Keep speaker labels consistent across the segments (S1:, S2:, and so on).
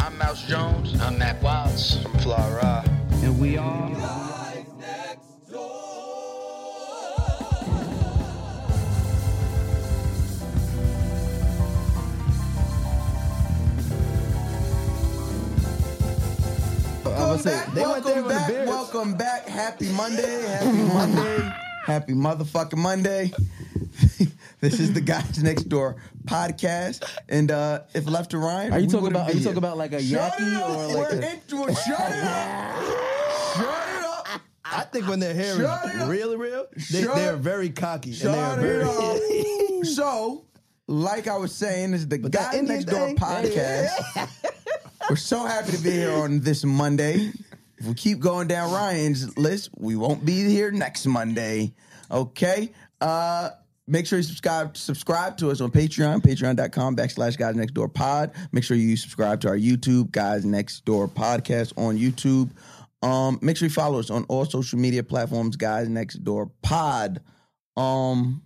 S1: I'm Mouse Jones. I'm Matt Watts from Flora.
S2: And we are.
S3: Welcome back,
S2: they
S3: welcome
S2: went there with the
S3: back,
S2: beards.
S3: welcome back. Happy Monday, happy Monday, happy motherfucking Monday. this is the Guys Next Door podcast, and uh, if left to Ryan,
S2: Are
S3: we
S2: you talking
S3: wouldn't
S2: about? Are
S3: be
S2: you
S3: here.
S2: talking about like a
S3: Shut it
S2: yaki
S3: up,
S2: or like
S3: we're
S2: a?
S3: into it. Shut it up. Shut it up.
S4: I think when their hair
S3: Shut it
S4: is
S3: up.
S4: really real, they,
S3: Shut
S4: they're
S3: it-
S4: very cocky. and they are
S3: Shut it
S4: very,
S3: up. so, like I was saying, this is the
S4: that
S3: Guys
S4: Indian
S3: Next Door
S4: thing-
S3: podcast. We're so happy to be here on this Monday. If we keep going down Ryan's list, we won't be here next Monday. Okay. Uh Make sure you subscribe subscribe to us on Patreon, patreon.com backslash guys next door pod. Make sure you subscribe to our YouTube, Guys Next Door Podcast on YouTube. Um, make sure you follow us on all social media platforms, Guys Next Door Pod. Um,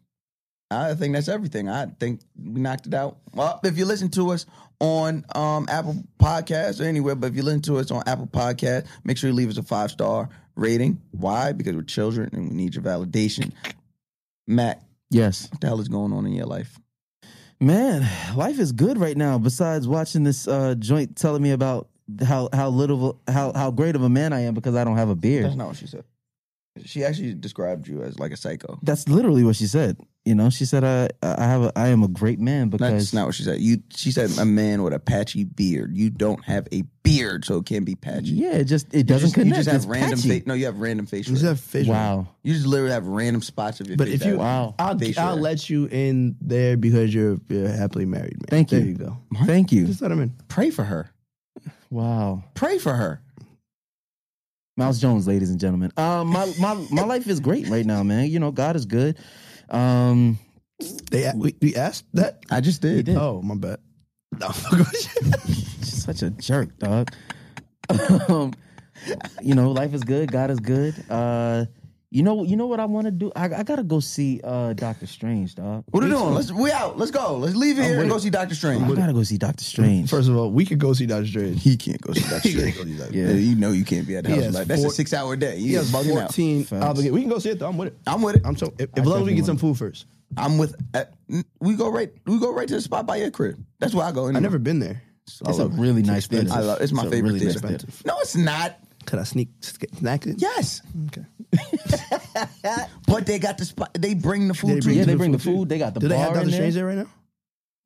S3: I think that's everything. I think we knocked it out. Well, if you listen to us on um, Apple Podcasts or anywhere, but if you listen to us on Apple Podcasts, make sure you leave us a five star rating. Why? Because we're children and we need your validation. Matt,
S2: Yes,
S3: what the hell is going on in your life?
S2: man, life is good right now. Besides watching this uh, joint telling me about how how little of a- how how great of a man I am because I don't have a beard.
S3: That's not what she said. She actually described you as like a psycho.
S2: That's literally what she said. You know, she said I I have a, I am a great man because
S3: That's not what she said. You, she said a man with a patchy beard. You don't have a beard, so it can be patchy.
S2: yeah, it just it doesn't
S3: you just,
S2: connect.
S3: You just
S2: It's
S3: have random.
S2: patchy.
S3: Fa- no, you have random facial.
S4: You just
S3: hair.
S4: have facial.
S2: Wow.
S3: You just literally have random spots of your
S4: But
S3: face
S4: if
S3: that
S4: you,
S3: have
S2: Wow.
S4: I'll,
S3: facial
S4: I'll
S3: hair.
S4: let you in there because you're you're happily married, man.
S2: Thank you.
S4: There you go.
S2: Thank you.
S4: Just let him in.
S3: pray for her.
S2: Wow.
S3: Pray for her.
S2: Miles Jones, ladies and gentlemen. Um, my my my life is great right now, man. You know, God is good. Um,
S4: They a- we, we asked that.
S3: I just did.
S4: Oh, my bad. No,
S2: such a jerk, dog. um, you know, life is good. God is good. Uh, you know, you know what I want to do. I, I gotta go see uh Doctor Strange, dog.
S3: What are you doing? Let's we out. Let's go. Let's leave here and go see Doctor
S2: I
S3: Strange.
S2: gotta go see Doctor Strange.
S4: First of all, we could go see Dr. Strange.
S3: He can't go see Doctor Strange. yeah, you know you can't be at the
S4: He
S3: house.
S4: has
S3: Like, that's a
S4: four-
S3: six hour day.
S4: He
S3: You
S4: has
S3: is bugging out.
S4: 14
S2: Facts.
S4: obligated. We can go see it though. I'm with it.
S3: I'm with it.
S4: I'm so if, as long as we get some food first.
S3: I'm with. Uh, mm, we go right. We go right to the spot by your crib. That's where I go.
S4: I never been there. Oh,
S2: it's a really nice theater.
S3: I love. It's my
S2: a
S3: favorite
S2: really nice
S3: theater. No, it's not.
S4: Could I sneak snack in?
S3: Yes,
S4: Okay.
S3: but they got the spot. They bring the food
S4: They
S3: to
S4: bring
S3: you.
S2: Yeah,
S4: to
S2: they
S4: the
S2: bring the
S4: food, too.
S2: food. They got the
S4: Do
S2: bar
S4: they have
S2: in
S4: Dr.
S2: there.
S4: Strange there right now?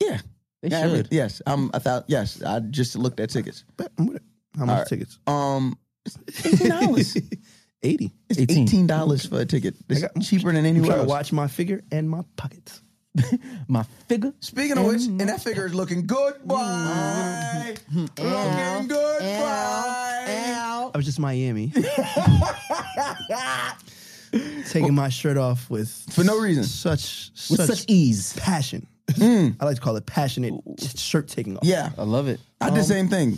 S3: Yeah,
S2: They
S3: Yeah, every-
S2: should.
S3: yes, I'm. I thought. Yes, I just looked at tickets.
S4: Bet. I'm with it. How much tickets?
S3: Um, it's eighteen dollars.
S4: Eighty.
S3: It's
S2: 18.
S3: eighteen dollars for a ticket. It's
S4: got-
S3: cheaper than
S4: You
S3: anywhere
S4: try to
S3: else.
S4: watch my figure and my pockets.
S2: My figure.
S3: Speaking of which, and that figure is looking good, boy. Mm-hmm. Looking good, boy.
S4: I was just Miami. Taking my shirt off with
S3: For no reason.
S4: such
S2: With
S4: such,
S2: such ease.
S4: passion. I like to call it passionate shirt taking off.
S3: Yeah,
S2: I love it.
S3: I
S4: Um,
S3: did the same thing.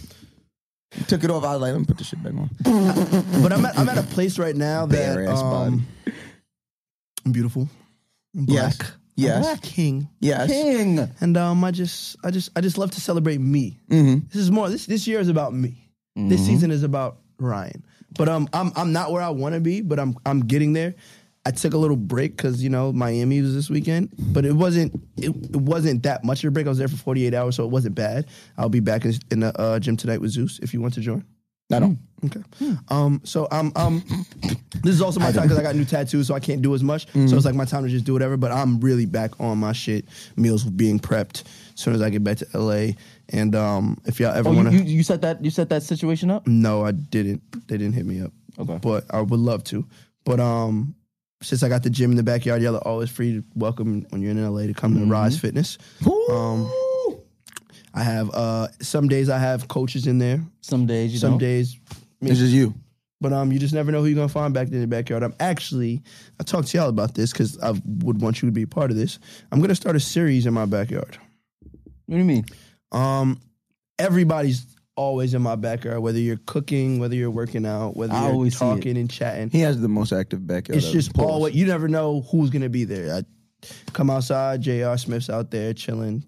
S3: Took it off. I was like, let me put this shit back on.
S4: But I'm at, I'm at a place right now that
S3: Bare ass
S4: um, I'm beautiful. I'm
S3: Yes.
S4: black. I'm
S3: Yes.
S4: black king.
S3: Yes.
S2: King.
S4: And um, I just I just I just love to celebrate me. This is more this this year is about me. This season is about Ryan. But um I'm I'm not where I want to be, but I'm I'm getting there. I took a little break because you know Miami was this weekend, but it wasn't it, it wasn't that much of a break. I was there for 48 hours, so it wasn't bad. I'll be back in, in the uh, gym tonight with Zeus if you want to join.
S3: I don't.
S4: Okay. Um. So um um, this is also my time because I got new tattoos, so I can't do as much.
S2: Mm-hmm.
S4: So it's like my time to just do whatever. But I'm really back on my shit. Meals being prepped as soon as I get back to LA. And um, if y'all ever
S2: Oh,
S4: want
S2: you,
S4: to,
S2: you, you set that you set that situation up?
S4: no, I didn't. They didn't hit me up.
S2: Okay.
S4: But I would love to. But um, since I got the gym in the backyard, y'all are always free to welcome when you're in LA to come to Rise
S2: Mm-hmm.
S4: Fitness. Um, I have uh, some days I have coaches in there.
S2: Some days you
S4: Some
S2: don't.
S4: days
S3: It's just you.
S4: but um, you just never know who you're gonna find back in the backyard. I'm actually, I talked to y'all about this because I would want you to be a part of this. I'm gonna start a series in my backyard.
S2: What do you mean?
S4: Um, everybody's always in my backyard, whether you're cooking, whether you're working out, whether
S2: I
S4: you're
S2: always see it.
S4: talking and chatting.
S3: He has the most active backyard.
S4: it's
S3: of
S4: just
S3: pools.
S4: always you never know who's gonna be there. I come outside, J.R. Smith's out there chilling,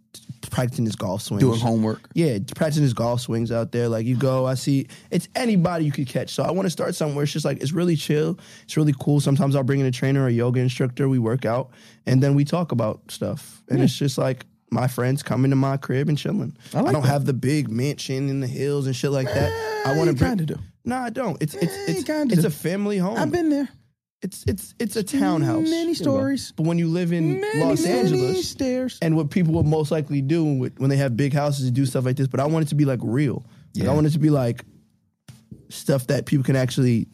S4: practicing his golf swing,
S3: doing homework.
S4: Yeah, practicing his golf swings out there. Like you go, I see it's anybody you could catch. So I want to start somewhere. It's just like it's really chill. It's really cool. Sometimes I'll bring in a trainer or a yoga instructor. We work out and then we talk about stuff. And it's just like my friends coming to my crib and chilling. I,
S2: like
S4: don't have the big mansion in the hills and shit like that. I
S3: Eh,
S4: want to
S3: you
S4: bring.
S3: kinda do.
S4: No, I don't. It's
S3: Eh,
S4: it's
S3: you
S4: it's,
S3: kinda
S4: it's
S3: do.
S4: a family home.
S3: I've been there.
S4: It's it's it's a townhouse.
S3: Many stories.
S4: But when you live in
S3: Many,
S4: Los
S3: many
S4: Angeles,
S3: stairs.
S4: and what people would most likely do with- when they have big houses is do stuff like this. But I want it to be like real. Like, I want it to be like stuff that people can actually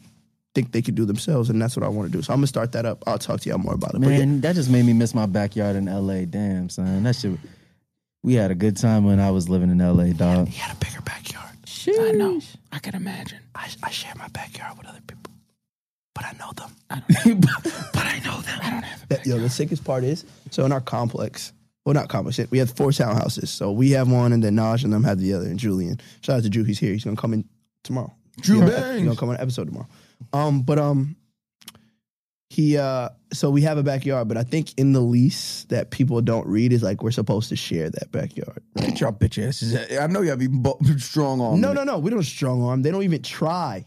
S4: think they could do themselves, and that's what I want to do. So I'm gonna start that up. I'll talk to y'all more about it. But yeah,
S2: Man, that just made me miss my backyard in LA. Damn, son. That shit we had a good time when I was living in LA, dog.
S4: he had a bigger backyard.
S3: I know. I can imagine.
S4: I, I share my backyard with other people, but I know them.
S3: But I know that I don't have it.
S4: That, yo, the sickest part is so in our complex. Well, not complex. We have four townhouses. So we have one, and then Naj and them have the other. And Julian, shout out to Drew. He's here. He's gonna come in tomorrow.
S3: Drew
S4: He's
S3: Bangs.
S4: He's gonna come on an episode tomorrow. Um, but um, he uh, so we have a backyard, but I think in the lease that people don't read is like we're supposed to share that backyard.
S3: Get y'all bitch asses. out. I know y'all be bo- strong on
S4: No, no, no. We don't strong arm. They don't even try.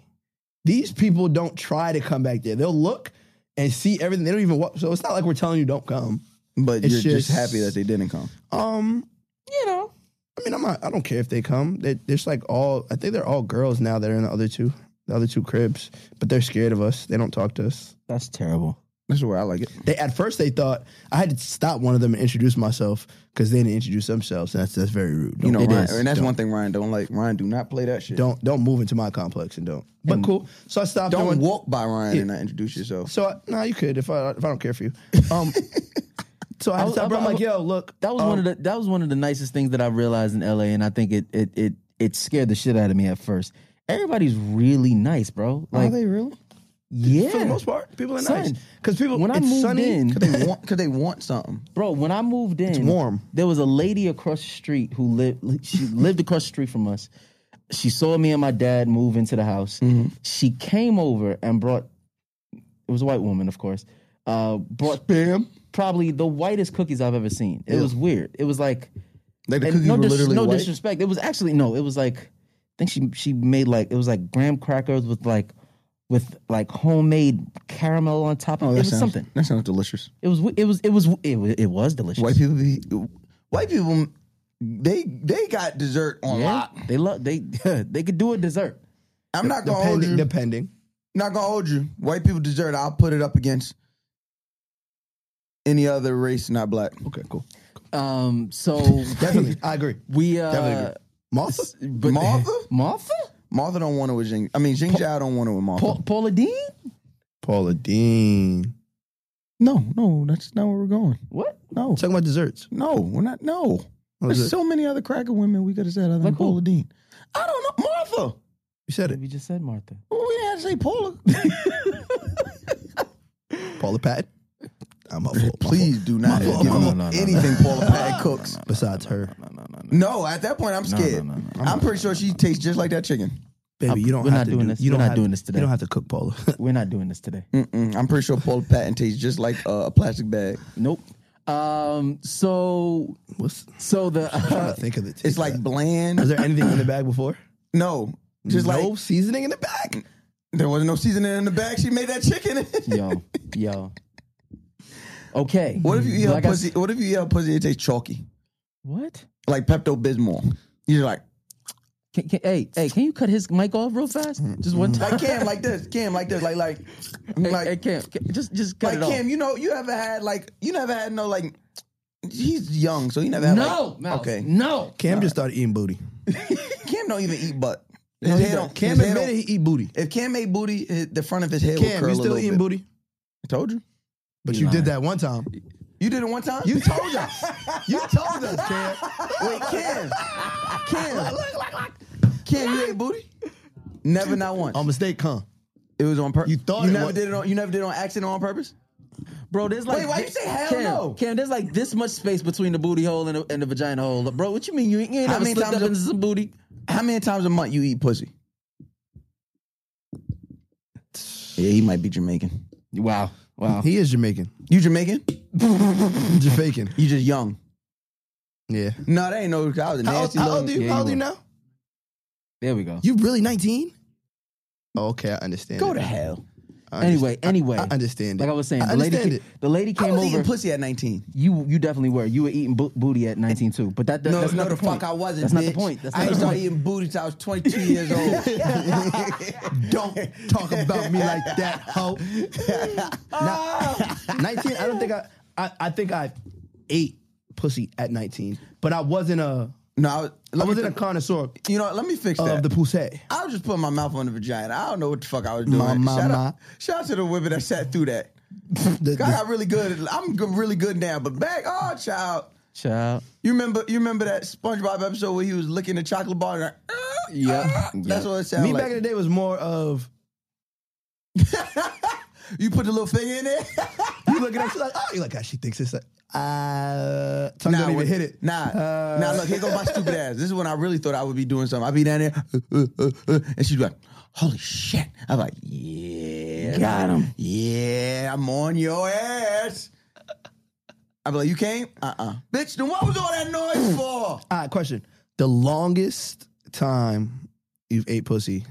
S4: These people don't try to come back there. They'll look and see everything. They don't even walk. So it's not like we're telling you don't come.
S3: But
S4: It's
S3: you're just,
S4: just-
S3: happy that they didn't come.
S4: Um, you know, I mean, I'm not. I don't care if they come. They, there's like all. I think they're all girls now that are in the other two, the other two cribs. But they're scared of us. They don't talk to us.
S2: That's terrible.
S3: That's the way I like it.
S4: They at first they thought I had to stop one of them and introduce myself because they didn't introduce themselves. And that's that's very rude.
S3: You know,
S4: Don't-
S3: Ryan,
S4: it is.
S3: and that's
S4: Don't-
S3: one thing Ryan don't like. Ryan, do not play that shit.
S4: Don't don't move into my complex and don't. But cool. So I stopped.
S3: Don't
S4: doing-
S3: walk by Ryan and not introduce yourself.
S4: So I, nah, you could if I if I don't care for you. Um, so I,
S2: I
S4: had to
S2: was-
S4: stop.
S2: I-
S4: But I'm
S2: I-
S4: like, yo, look,
S2: That was one of the that was one of the nicest things that I realized in LA and I think it it it it scared the shit out of me at first. Everybody's really nice, bro. Like
S3: really?
S2: yeah.
S4: for the most part, people are
S2: Son,
S4: nice because people
S2: when I
S4: it's
S2: moved
S4: sunny,
S2: in,
S3: Cause they want, cause they want something.
S2: Bro, when I moved in,
S4: warm.
S2: There was a lady across the street who lived. She lived across the street from us. She saw me and my dad move into the house. She came over and brought. It was a white woman, of course. Uh, brought
S3: Bam.
S2: probably the whitest cookies I've ever seen. It was weird. It was like
S3: Like the
S2: and
S3: cookies
S2: no,
S3: were
S2: dis-
S3: literally
S2: no
S3: white.
S2: disrespect. It was actually no. It was like I think she she made like it was like graham crackers with like with like homemade caramel on top. of
S3: Oh, that
S2: it was
S3: sounds,
S2: something.
S3: That sounds delicious.
S2: It was it was it was it was, it was delicious.
S3: White people be, white people, they they got dessert on
S2: Yeah,
S3: lock.
S2: They love they they could do a dessert.
S3: I'm not gonna hold
S4: depending,
S3: you.
S4: depending.
S3: not gonna hold you. White people dessert. I'll put it up against any other race, not black.
S4: Okay, cool.
S2: Um so
S4: Definitely, I agree.
S2: we
S4: Definitely
S2: uh
S4: agree. Martha,
S2: but
S3: Martha?
S2: Martha?
S3: Martha don't want it with Jing. I mean, Jing Zhao don't want it with Martha.
S2: Pa- Paula Dean?
S4: Paula Dean.
S3: no, no, that's not where we're going.
S2: What?
S3: No,
S4: Talking about desserts.
S3: no, we're not. No,
S4: is
S3: there's
S4: it?
S3: so many other cracker women we could have said other than
S2: Like who?
S3: Paula Dean. I don't know Martha.
S4: You said it.
S2: We just said Martha.
S3: Well, we didn't have to say Paula.
S4: Paula Patton. I'm up for
S3: Please do not
S2: Martha.
S3: give
S2: No, no,
S3: up
S2: no, no,
S3: anything Paula Pat cooks.
S4: Besides her,
S3: No, at that point, I'm scared.
S2: no, no,
S3: I'm pretty sure she tastes just like that chicken.
S4: baby, you don't
S2: We're
S4: have
S2: not
S4: to
S2: doing
S4: do,
S2: this.
S4: You
S2: We're
S4: don't
S2: not
S4: have
S2: doing this today.
S4: You don't have to cook Paula.
S2: We're not doing this today.
S3: Mm-mm. I'm pretty sure Paula Patton tastes just like uh, a plastic bag.
S2: Nope. Um so
S4: What's
S2: so the uh,
S4: I think of the taste.
S3: It's like
S4: is
S3: bland.
S4: there anything in the bag before?
S3: No, just
S4: no
S3: like
S4: seasoning in the bag.
S3: there wasn't no seasoning in the bag. She made that chicken.
S2: yo yo Okay.
S3: what if you eat her
S2: Like I-
S3: pussy? What if you eat her pussy? It tastes chalky,
S2: What?
S3: like Pepto Bismol. You're like,
S2: Can, can, hey, hey, can you cut his mic off real fast?
S3: Mm-hmm.
S2: Just one time.
S3: Like Cam, like this. Cam, like this. Like like
S2: Hey,
S3: like
S2: hey, Cam, Cam, just just cut
S3: like
S2: it off.
S3: Cam. You know, you ever had like you never had no like. He's young, so he never had
S2: no,
S3: like-
S2: Mouse,
S3: okay.
S2: no.
S4: Cam just started eating booty.
S3: Cam don't even eat butt.
S4: No,
S3: His
S4: he
S3: hair
S4: don't.
S3: don't-
S4: Cam
S3: his hair
S4: admitted he
S3: don't-
S4: eat booty.
S3: If Cam ate booty, his, the front of his hair would
S4: Cam,
S3: curl
S4: you
S3: a
S4: still
S3: little
S4: eating
S3: bit.
S4: booty?
S3: I told you.
S4: But
S2: He
S4: you
S2: lying.
S4: did that one time.
S3: You did it one time.
S4: You told us. You told us, Cam.
S3: Wait, Cam. Cam. Cam, you ate booty? Never, not once.
S4: On mistake, huh?
S3: it was on purpose.
S4: Um, you thought
S3: you
S4: it
S3: never
S4: was-
S3: did it on. You never did it on accident or on purpose.
S2: Bro, there's like
S3: Wait, why you say hell
S2: Cam,
S3: no?
S2: Cam, there's like this much space between the booty hole and the, and the vagina hole. Bro, what you mean you ain't, you ain't
S3: How
S2: never
S3: many
S2: slipped
S3: times
S2: up
S3: a-
S2: into some booty?
S3: How many times a month you eat pussy? Yeah, he might be Jamaican.
S2: Wow, wow.
S4: He is Jamaican.
S3: You Jamaican?
S4: Jamaican.
S3: You just young.
S4: Yeah.
S3: No, that ain't no. I was a
S4: How old,
S3: nasty
S4: how
S3: little-
S4: old are you,
S2: yeah,
S4: how
S2: you
S4: old are you
S2: were.
S4: now?
S2: There we go.
S4: You really 19? Oh, okay, I understand.
S3: Go
S4: it.
S3: to hell.
S4: I understand-
S2: Anyway, anyway,
S4: I understand it.
S2: like I was saying,
S4: I
S2: the lady,
S4: understand
S2: ca-
S4: it.
S2: the lady
S3: I
S2: came
S3: was
S2: over.
S3: eating pussy at 19.
S2: You you definitely were. You were eating bo- booty at 19 too. But that, that
S3: no,
S2: that's
S3: no,
S2: not
S3: the,
S2: the, point.
S3: fuck I wasn't.
S2: That's not the
S3: bitch.
S2: point. That's
S3: I
S2: not
S3: ain't
S2: the
S3: started
S2: point.
S3: eating booty till I was 22 years old.
S4: Don't talk about me like that, ho. Now, 19, I don't think I, I, I think I ate pussy at 19, but I wasn't a,
S3: no, I was,
S4: I
S3: let me
S4: wasn't a
S3: fi-
S4: connoisseur
S3: You know, what, let me fix that.
S4: of the pussy.
S3: I was just putting my mouth on the vagina. I don't know what the fuck I was doing.
S4: My, my,
S3: shout,
S4: my.
S3: Out, shout out to the women that sat through that.
S4: The-
S3: I
S4: the-
S3: got really good. at- I'm good, really good now, but back, oh child,
S2: Child.
S3: you remember? You remember that SpongeBob episode where he was licking the chocolate bar? And like, "Ah, ah," that's what it sounded
S4: me
S3: like.
S4: back in the day was more of,
S3: you put the little finger in there.
S4: you looking at you like, oh, you like, ah, she thinks it's like, uh, tongue don't even
S3: when-
S4: hit it.
S3: Nah,
S4: Uh,
S3: nah. Look, here goes my stupid ass. This is when I really thought I would be doing something. I'd be down there, uh, uh, uh, and she'd be like, "Holy shit!" I'm like, "Yeah,
S2: Got him.
S3: Yeah, I'm on your ass." I'd be like, "You came? Uh, uh bitch. Then what was all that noise for?"
S4: All right, question. The longest time you've ate pussy.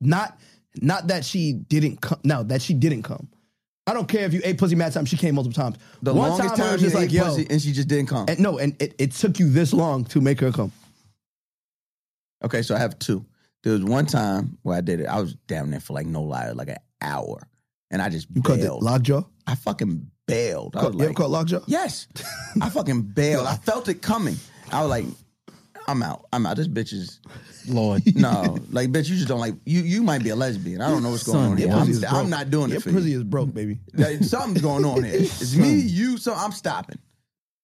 S4: Not not that she didn't come. No, that she didn't come. I don't care if you ate pussy mad time. She came multiple times.
S3: The
S4: One
S3: longest
S4: time, I
S3: time
S4: was
S3: you
S4: just like,
S3: ate
S4: yo.
S3: pussy, and she just didn't come.
S4: and no, and it, it took you this long to make her come.
S3: Okay, so I have two. There was one time where I did it. I was down there for like no lie, like an hour, and I just
S4: You called it
S3: bailed.
S4: lockjaw?
S3: I fucking bailed. I
S4: Call-
S3: was
S4: you ever
S3: like-
S4: called lockjaw?
S3: Yes. I fucking bailed. I felt it coming. I was like, I'm out. I'm out. This bitch is
S2: Lord.
S3: no. Like, bitch, you just don't like you you might be a lesbian. I don't know what's going
S2: Son,
S3: on here.
S2: your
S3: I'm,
S2: pussy
S3: st- I'm not doing
S4: Your
S3: it for
S4: pussy
S3: you.
S4: is broke, baby.
S3: Like, something's going on here. It's me, you, so I'm stopping.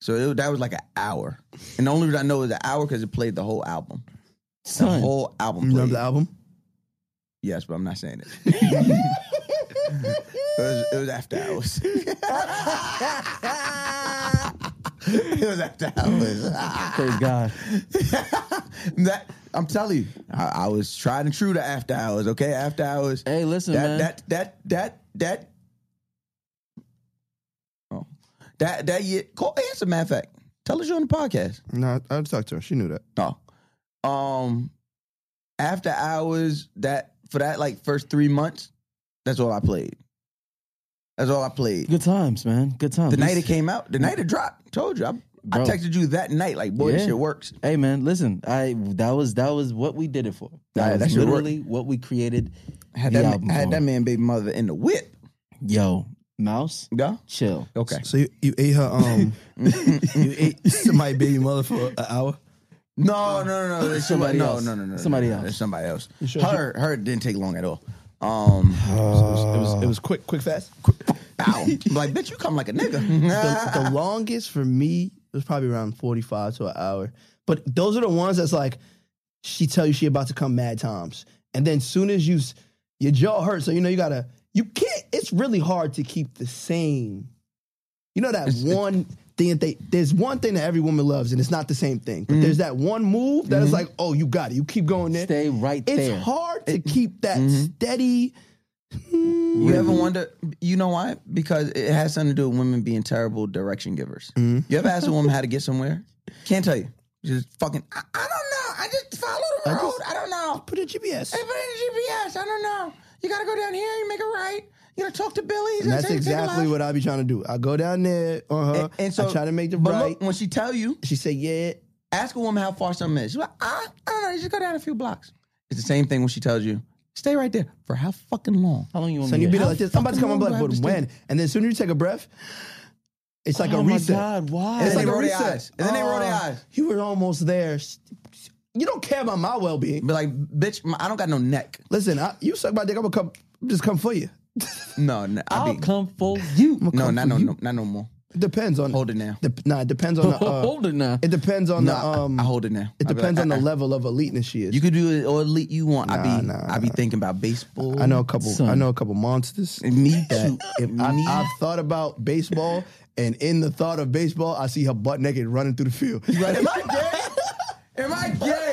S3: So it, that was like an hour. And the only reason I know is an hour because it played the whole album. The
S2: Son.
S3: whole album
S4: You remember
S3: played.
S4: the album?
S3: Yes, but I'm not saying it. it, was, it was after hours. it was after hours.
S2: Praise
S4: Ah.
S2: God.
S3: That I'm telling you, I, I was tried and true to after hours. Okay, after hours.
S2: Hey, listen,
S3: that,
S2: man.
S3: that that that that. Oh, that that year. Call answer. Matter of fact, tell us you on the podcast.
S4: No, I, I talked to her. She knew that.
S3: No, um, after hours. That for that like first three months. That's all I played. That's all I played.
S2: Good times, man. Good times.
S3: The night it came out, the night it dropped. Told you, I, I
S2: Bro.
S3: texted you that night. Like, boy, this
S2: Yeah.
S3: shit works.
S2: Hey man, listen. I that was that was what we did it for.
S3: Nah,
S2: That
S3: that
S2: was
S3: should work.
S2: literally what we creted.
S3: I had
S2: the
S3: that,
S2: album
S3: I had
S2: for.
S3: that man, baby mother, in the whip.
S2: Yo, mouse,
S3: Yeah.
S2: chill.
S3: Okay.
S4: So you, you ate her, um, you ate somebody baby mother for an hour?
S3: No, no, no, no. It's somebody
S2: Somebody
S3: no,
S2: else.
S3: No, no, no, no.
S2: Somebody
S3: no, no,
S2: else.
S3: It's somebody else. Her, her didn't take long at all. Um,
S4: it, was, it, was, it was quick, quick, fast.
S3: bow. like, bitch, you come like a
S4: the,
S3: nigga.
S4: the longest for me was probably around 45 to an hour. But those are the ones that's like she tell you she about to come mad times. And then soon as you s- your jaw hurts, so you know you gotta you can't it's really hard to keep the same. You know that one thing that they there's one thing that every woman loves and it's not the same thing. But there's that one move that is like, oh, you got it. You keep going there. Mm-hmm.
S2: Stay right
S4: it's
S2: there.
S4: hard to keep that steady.
S3: you ever wonder? You know why? Because it has something to do with women being terrible direction givers.
S4: Mm-hmm.
S3: You ever ask a woman how to get somewhere? Can't tell you. Just fucking. I, I don't know. I just follow the road. I, don't know.
S4: Put a GPS.
S3: Hey, put in the GPS. I don't know. You gotta go down here. You make a right. You gotta talk to Billy.
S4: And that's exactly what I be trying to do. I go down there on her.
S3: And, and so
S4: I try to make the
S3: but
S4: right.
S3: Look, when she tell you,
S4: she say yeah,
S3: Ask a woman how far something is. She's like, I, I don't know. You just go down a few blocks. It's the same thing when she tells you, stay right there for how fucking long?
S2: How long you want
S4: So
S2: me
S4: you
S2: to
S4: be like this. I'm about to come. I'm
S3: fucking
S4: like,
S3: long do I
S4: but
S3: have to
S4: when? And then as soon as you take a breath, it's like
S2: oh
S4: a
S2: my
S4: reset.
S2: God, why?
S3: And
S4: It's
S3: then
S4: like
S3: they
S4: a
S3: roll their
S4: reset.
S3: eyes. And then they roll their
S4: Ah,
S3: eyes.
S4: You were almost there. You don't care about my well being.
S3: Be like, bitch, my- I don't got no neck.
S4: Listen, I, you suck my dick. I'm gonna come. Just come for you.
S3: No, no I'll
S2: I'll
S3: be,
S2: come for you.
S3: no, not no, no, not no more.
S4: Depends on.
S3: Hold it now.
S4: Dep- nah, it depends on the. Uh,
S2: Hold it now.
S4: It depends on
S3: No,
S4: the.
S3: I-
S4: Um,
S3: I, hold it now.
S4: It
S3: I'll be
S4: depends
S3: like,
S4: on the
S3: "Uh-uh."
S4: level of eliteness she is.
S3: You could do it all elite you want. I be,
S4: Nah, nah,
S3: I be thinking about baseball.
S4: I know a couple. I
S2: Son.
S4: know a couple monsters.
S3: Me too.
S4: that if I, I've thought about baseball, and in the thought of baseball, I see her butt naked running through the field.
S3: Am I gay? Am I gay?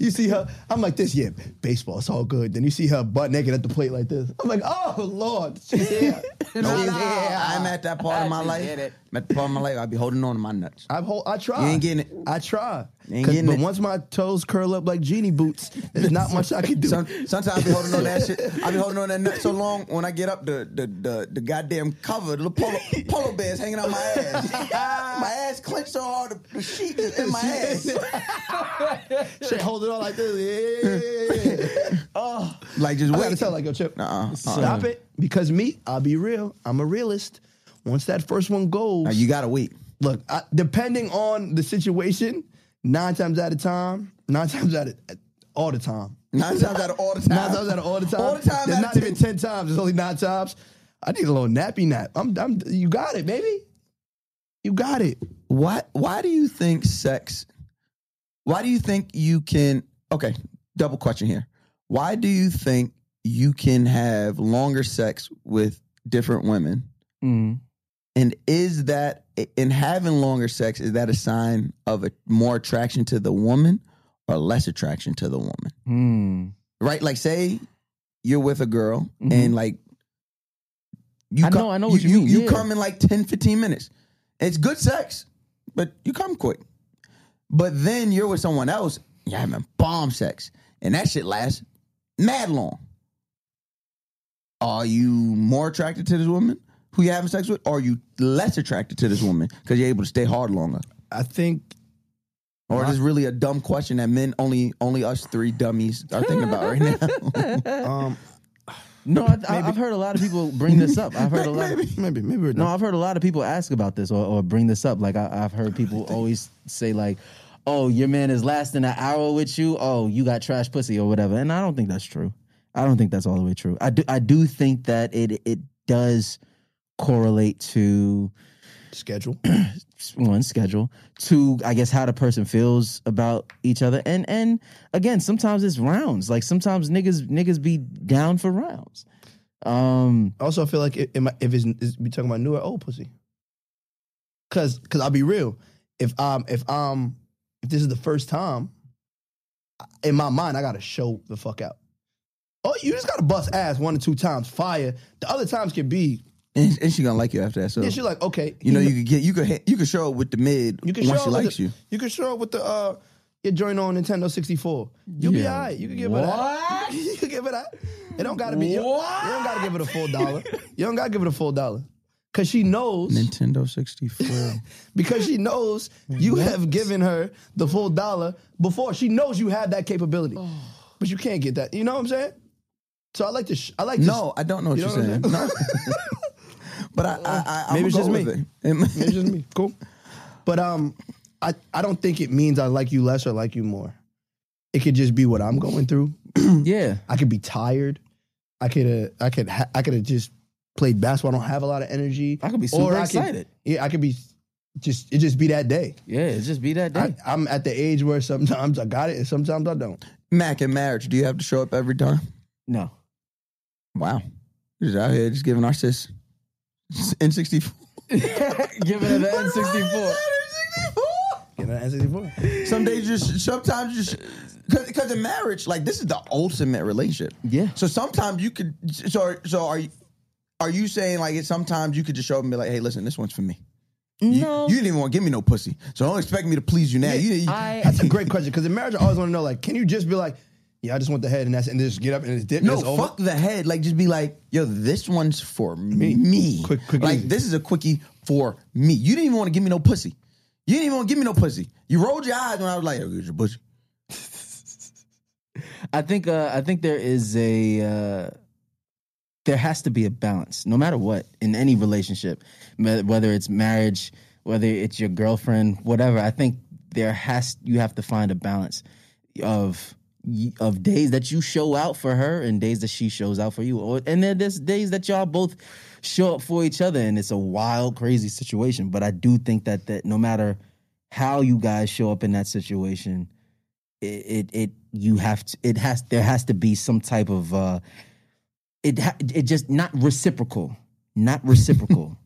S4: you see her. I'm like this. Yeah, baseball. It's all good. Then you see her butt naked at the plate like this. I'm like, oh lord, she's here. She's
S3: No,
S4: here.
S3: no, I'm at that part of my
S2: just
S3: life.
S2: did it.
S3: I'm at the part of my life. I'll be holding on to my nuts.
S4: I've hold, I try.
S3: You ain't getting it.
S4: I try.
S3: You ain't
S4: 'Cause-
S3: getting
S4: but
S3: it.
S4: once my toes curl up like genie boots, there's not much I can do.
S3: Some, sometimes I be holding on to that shit. I be holding on to that nut so long when I get up, the the the, the goddamn cover, the polo polo bears hanging out my ass. my ass clenched so hard, the, the sheet is in my ass.
S4: Shit, hold it on like this. Yeah, yeah, yeah, yeah. Oh.
S3: Like just
S4: I
S3: wait.
S4: gotta tell like yo, Chip.
S3: Uh-uh.
S4: Stop it. Because me, I'll be real. I'm a realist. Once that first one goes,
S3: Now, you gotta wait.
S4: look, I, depending on the situation, nine times out of time, nine times out of all the time.
S3: Nine times out of all the time.
S4: Nine times out of all the time.
S3: All the time.
S4: There's
S3: out
S4: not
S3: of
S4: even
S3: ten.
S4: ten times. There's only nine times. I need a little nappy nap. I'm, I'm you got it, baby. You got it.
S3: Why why do you think sex why do you think you can okay, double question here. Why do you think you can have longer sex with different women?
S2: Mm.
S3: And is that in having longer sex, is that a sign of a more attraction to the woman or less attraction to the woman?
S2: Mm.
S3: Right? Like say you're with a girl
S2: Mhm.
S3: and like you
S2: I know- I know what you mean,
S3: You
S2: yeah.
S3: come in like 10, 15 minutes. It's good sex, but you come quick. But then you're with someone else, you're having bomb sex. And that shit lasts mad long. Are you more attracted to this woman who you're having sex with? Or are you less attracted to this woman because you're able to stay hard longer?
S4: I think
S3: Or is
S2: Uh-huh.
S3: this really a dumb question that men only only us three dummies are thinking about right now?
S4: um
S2: No, I, I, I've heard a lot of people bring this up. I've heard a lot.
S4: maybe maybe maybe we're
S2: No, I've heard a lot of people ask about this or, or bring this up. Like I, I've heard people always say like, "Oh, your man is lasting an hour with you. Oh, you got trash pussy or whatever." And I don't think that's true. I don't think that's all the way true. I do. I do think that it it does correlate to
S4: schedule.
S2: one schedule two i guess how the person feels about each other and and again sometimes it's rounds like sometimes niggas niggas be down for rounds um
S4: Also, I feel like it, it might, if it's, it's be talking about new or old pussy, cause cause I'll be real. If um if um if this is the first time, in my mind I gotta show the fuck out. Oh, you just gotta bust ass one or two times, fire. The other times can be
S3: and, and she gonna like you after that. So
S4: yeah, she's like okay,
S3: you know
S4: he-
S3: you could get you could hit- you could show up with the mid
S4: you can show
S3: once
S4: up
S3: she
S4: with
S3: likes
S4: the,
S3: you.
S4: You can show up with the uh your joint on Nintendo sixty four. You'll be
S2: Yeah.
S4: alright. You can give it that. You can give it that. It don't gotta be. You, you don't gotta give it a full dollar. you don't gotta give it a full dollar. Cause she knows.
S3: Nintendo sixty four.
S4: because she knows you have given her the full dollar before. She knows you have that capability, but you can't get that. You know what I'm saying? So I like to. Sh- I like to.
S3: no, I don't know what
S4: You
S3: you
S4: know
S3: are
S4: what
S3: saying.
S4: I'm
S3: No. but I, I, I
S4: Maybe
S3: I'm
S4: it's
S3: gonna
S4: just
S3: go
S4: me. it's
S3: with It.
S4: just me. Cool. But um, I I don't think it means I like you less or like you more. It could just be what I'm going through.
S2: yeah
S4: I could be tired. I could uh, I could ha- I could have just played basketball. I don't have a lot of energy.
S2: I could be
S4: Or
S2: super
S4: I could-
S2: excited.
S4: yeah, I could be just it just be that day.
S2: yeah it just be that day
S4: I, I'm at the age where sometimes I got it and sometimes I don't.
S3: Mac in marriage, do you have to show up every time?
S2: no
S3: Wow, just out here just giving our sis in sixty four.
S2: give it an n64
S4: Get an N64.
S3: Some days you just sometimes you just because in marriage like this is the ultimate relationship.
S2: Yeah.
S3: So sometimes you could so so are you are you saying like it's sometimes you could just show up and be like, hey, listen, this one's for me. You,
S2: no
S3: you didn't even want to give me no pussy, so don't expect me to please you now. You- you-
S2: I-
S4: That's a great question because in marriage, I always want to know like, can you just be like, yeah, I just want the head and that's and just get up and it's dip and
S3: no,
S4: it's over.
S3: fuck the head. Like just be like, yo, this one's for me.
S4: Quick, quick,
S3: like
S4: easy.
S3: this is a quickie for me. You didn't even want to give me no pussy. You didn't even want to give me no pussy. You rolled your eyes when I was like, "Yo, here's your pussy."
S2: I think uh, I think there is a uh, there has to be a balance, no matter what, in any relationship, me- whether it's marriage, whether it's your girlfriend, whatever. I think there has you have to find a balance of y- of days that you show out for her and days that she shows out for you, or and then there's days that y'all both show up for each other, and it's a wild, crazy situation. But I do think that that no matter how you guys show up in that situation it it, it you have to it has there has to be some type of uh it ha- it just not reciprocal not reciprocal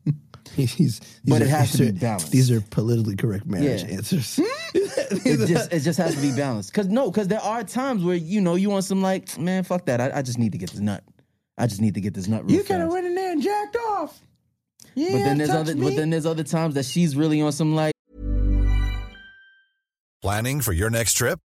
S4: He's,
S2: But it has to be
S4: these are-
S2: balanced.
S4: These are politically correct marriage
S2: Yeah. Hmm?
S4: answers.
S2: it just it just has to be balanced cuz no cuz there are times where you know you want some like man fuck that I, I just need to get this nut I just need to get this nut real
S3: You could have
S2: fast."
S3: went in there and jacked off. You
S2: but then there's other
S3: other.
S2: but then there's other times that she's really on some like
S5: Planning for your next trip?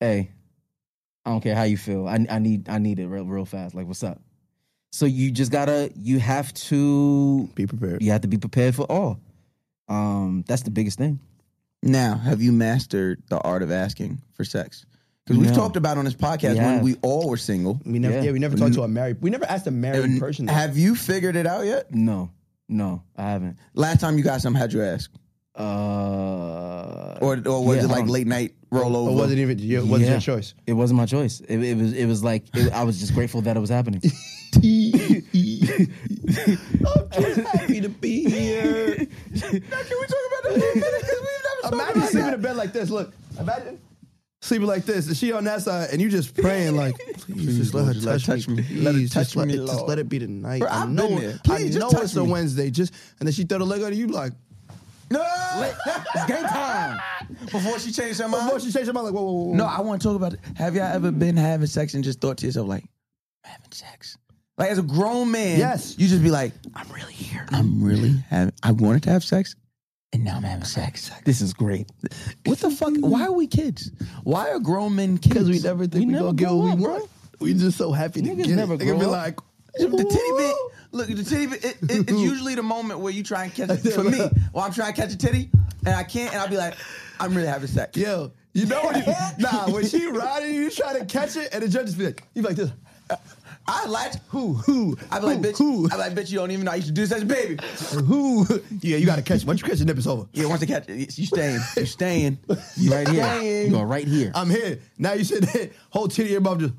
S2: hey, I don't care how you feel. I I need I need it real real fast. Like what's up? So you just gotta you have to
S4: Be prepared.
S2: you have to be prepared for all. Um, that's the biggest thing.
S3: Now, have you mastered the art of asking for sex? Because we've
S2: No.
S3: talked about on this podcast
S2: We
S3: when
S2: have.
S3: we all were single.
S4: We never,
S2: Yeah.
S4: yeah. we never talked to a married. We never asked a married
S3: And
S4: person. that.
S3: Have you figured it out yet?
S2: No, no, I haven't.
S3: Last time you got some, how'd you ask?
S2: Uh,
S3: Or or was
S2: Yeah,
S3: it
S2: I
S3: like
S2: don't-
S3: late night
S4: um,
S3: rollover?
S4: Or was it even? It wasn't
S2: Yeah.
S4: your choice.
S2: it wasn't my choice. It, it was it was like it, I was just grateful that it was happening.
S4: I'm just happy to be here.
S3: Can we talk about this?
S4: Imagine sleeping in bed like this. Look, imagine sleeping like this. And she on that side, and you just praying like, please, just let her
S3: Lord, just let her
S4: touch,
S3: touch
S4: me.
S3: me. Let her
S4: Please,
S3: touch
S4: just let
S3: me,
S4: it, Just
S3: Lord."
S4: let it be tonight.
S3: Bro,
S4: I
S3: I've
S4: know,
S3: been
S4: it-
S3: there.
S4: I
S3: Please, just
S4: know
S3: touch
S4: it's a
S3: me.
S4: Wednesday. Just and then she throw the leg on you like.
S3: No, it's game time. Before she changed her mind.
S4: Before she changed her mind, like whoa, whoa, whoa. whoa.
S3: No, I want to talk about it. Have y'all ever been having sex and just thought to yourself, like, I'm having sex? Like, as a grown man,
S4: Yes.
S3: you just be like, I'm really here. I'm really having, I wanted to have sex, and now I'm having sex.
S2: this is great.
S3: What the fuck? Why are we kids? Why are grown men kids?
S4: Because we never think we,
S2: never
S4: gonna get
S2: grow
S4: what
S2: up,
S4: we
S2: bro.
S4: want. We just so happy to
S2: Niggas
S4: get
S2: never
S4: it. They can
S2: grow
S4: be
S2: up.
S4: like,
S3: The titty bit. Look, the titty bit. It, it, it's usually the moment where you try and catch it. For me, well, I'm trying to catch a titty, and I can't, and I'll be like, I'm really having sex.
S4: Yo, you know when you nah when she riding you, you try to catch it, and the judge just be like, you be like this.
S3: I like who who. I be like,
S4: Who,
S3: bitch.
S4: who?
S3: I be like, bitch. You don't even know I used to do this as a baby.
S4: Who? Yeah, you gotta catch. it. Once you catch the nip, it's over.
S3: Yeah, once I catch it, you staying. You staying. You
S2: Right here,
S3: staying.
S2: you go right here.
S4: I'm here. Now you sit there, whole titty above just.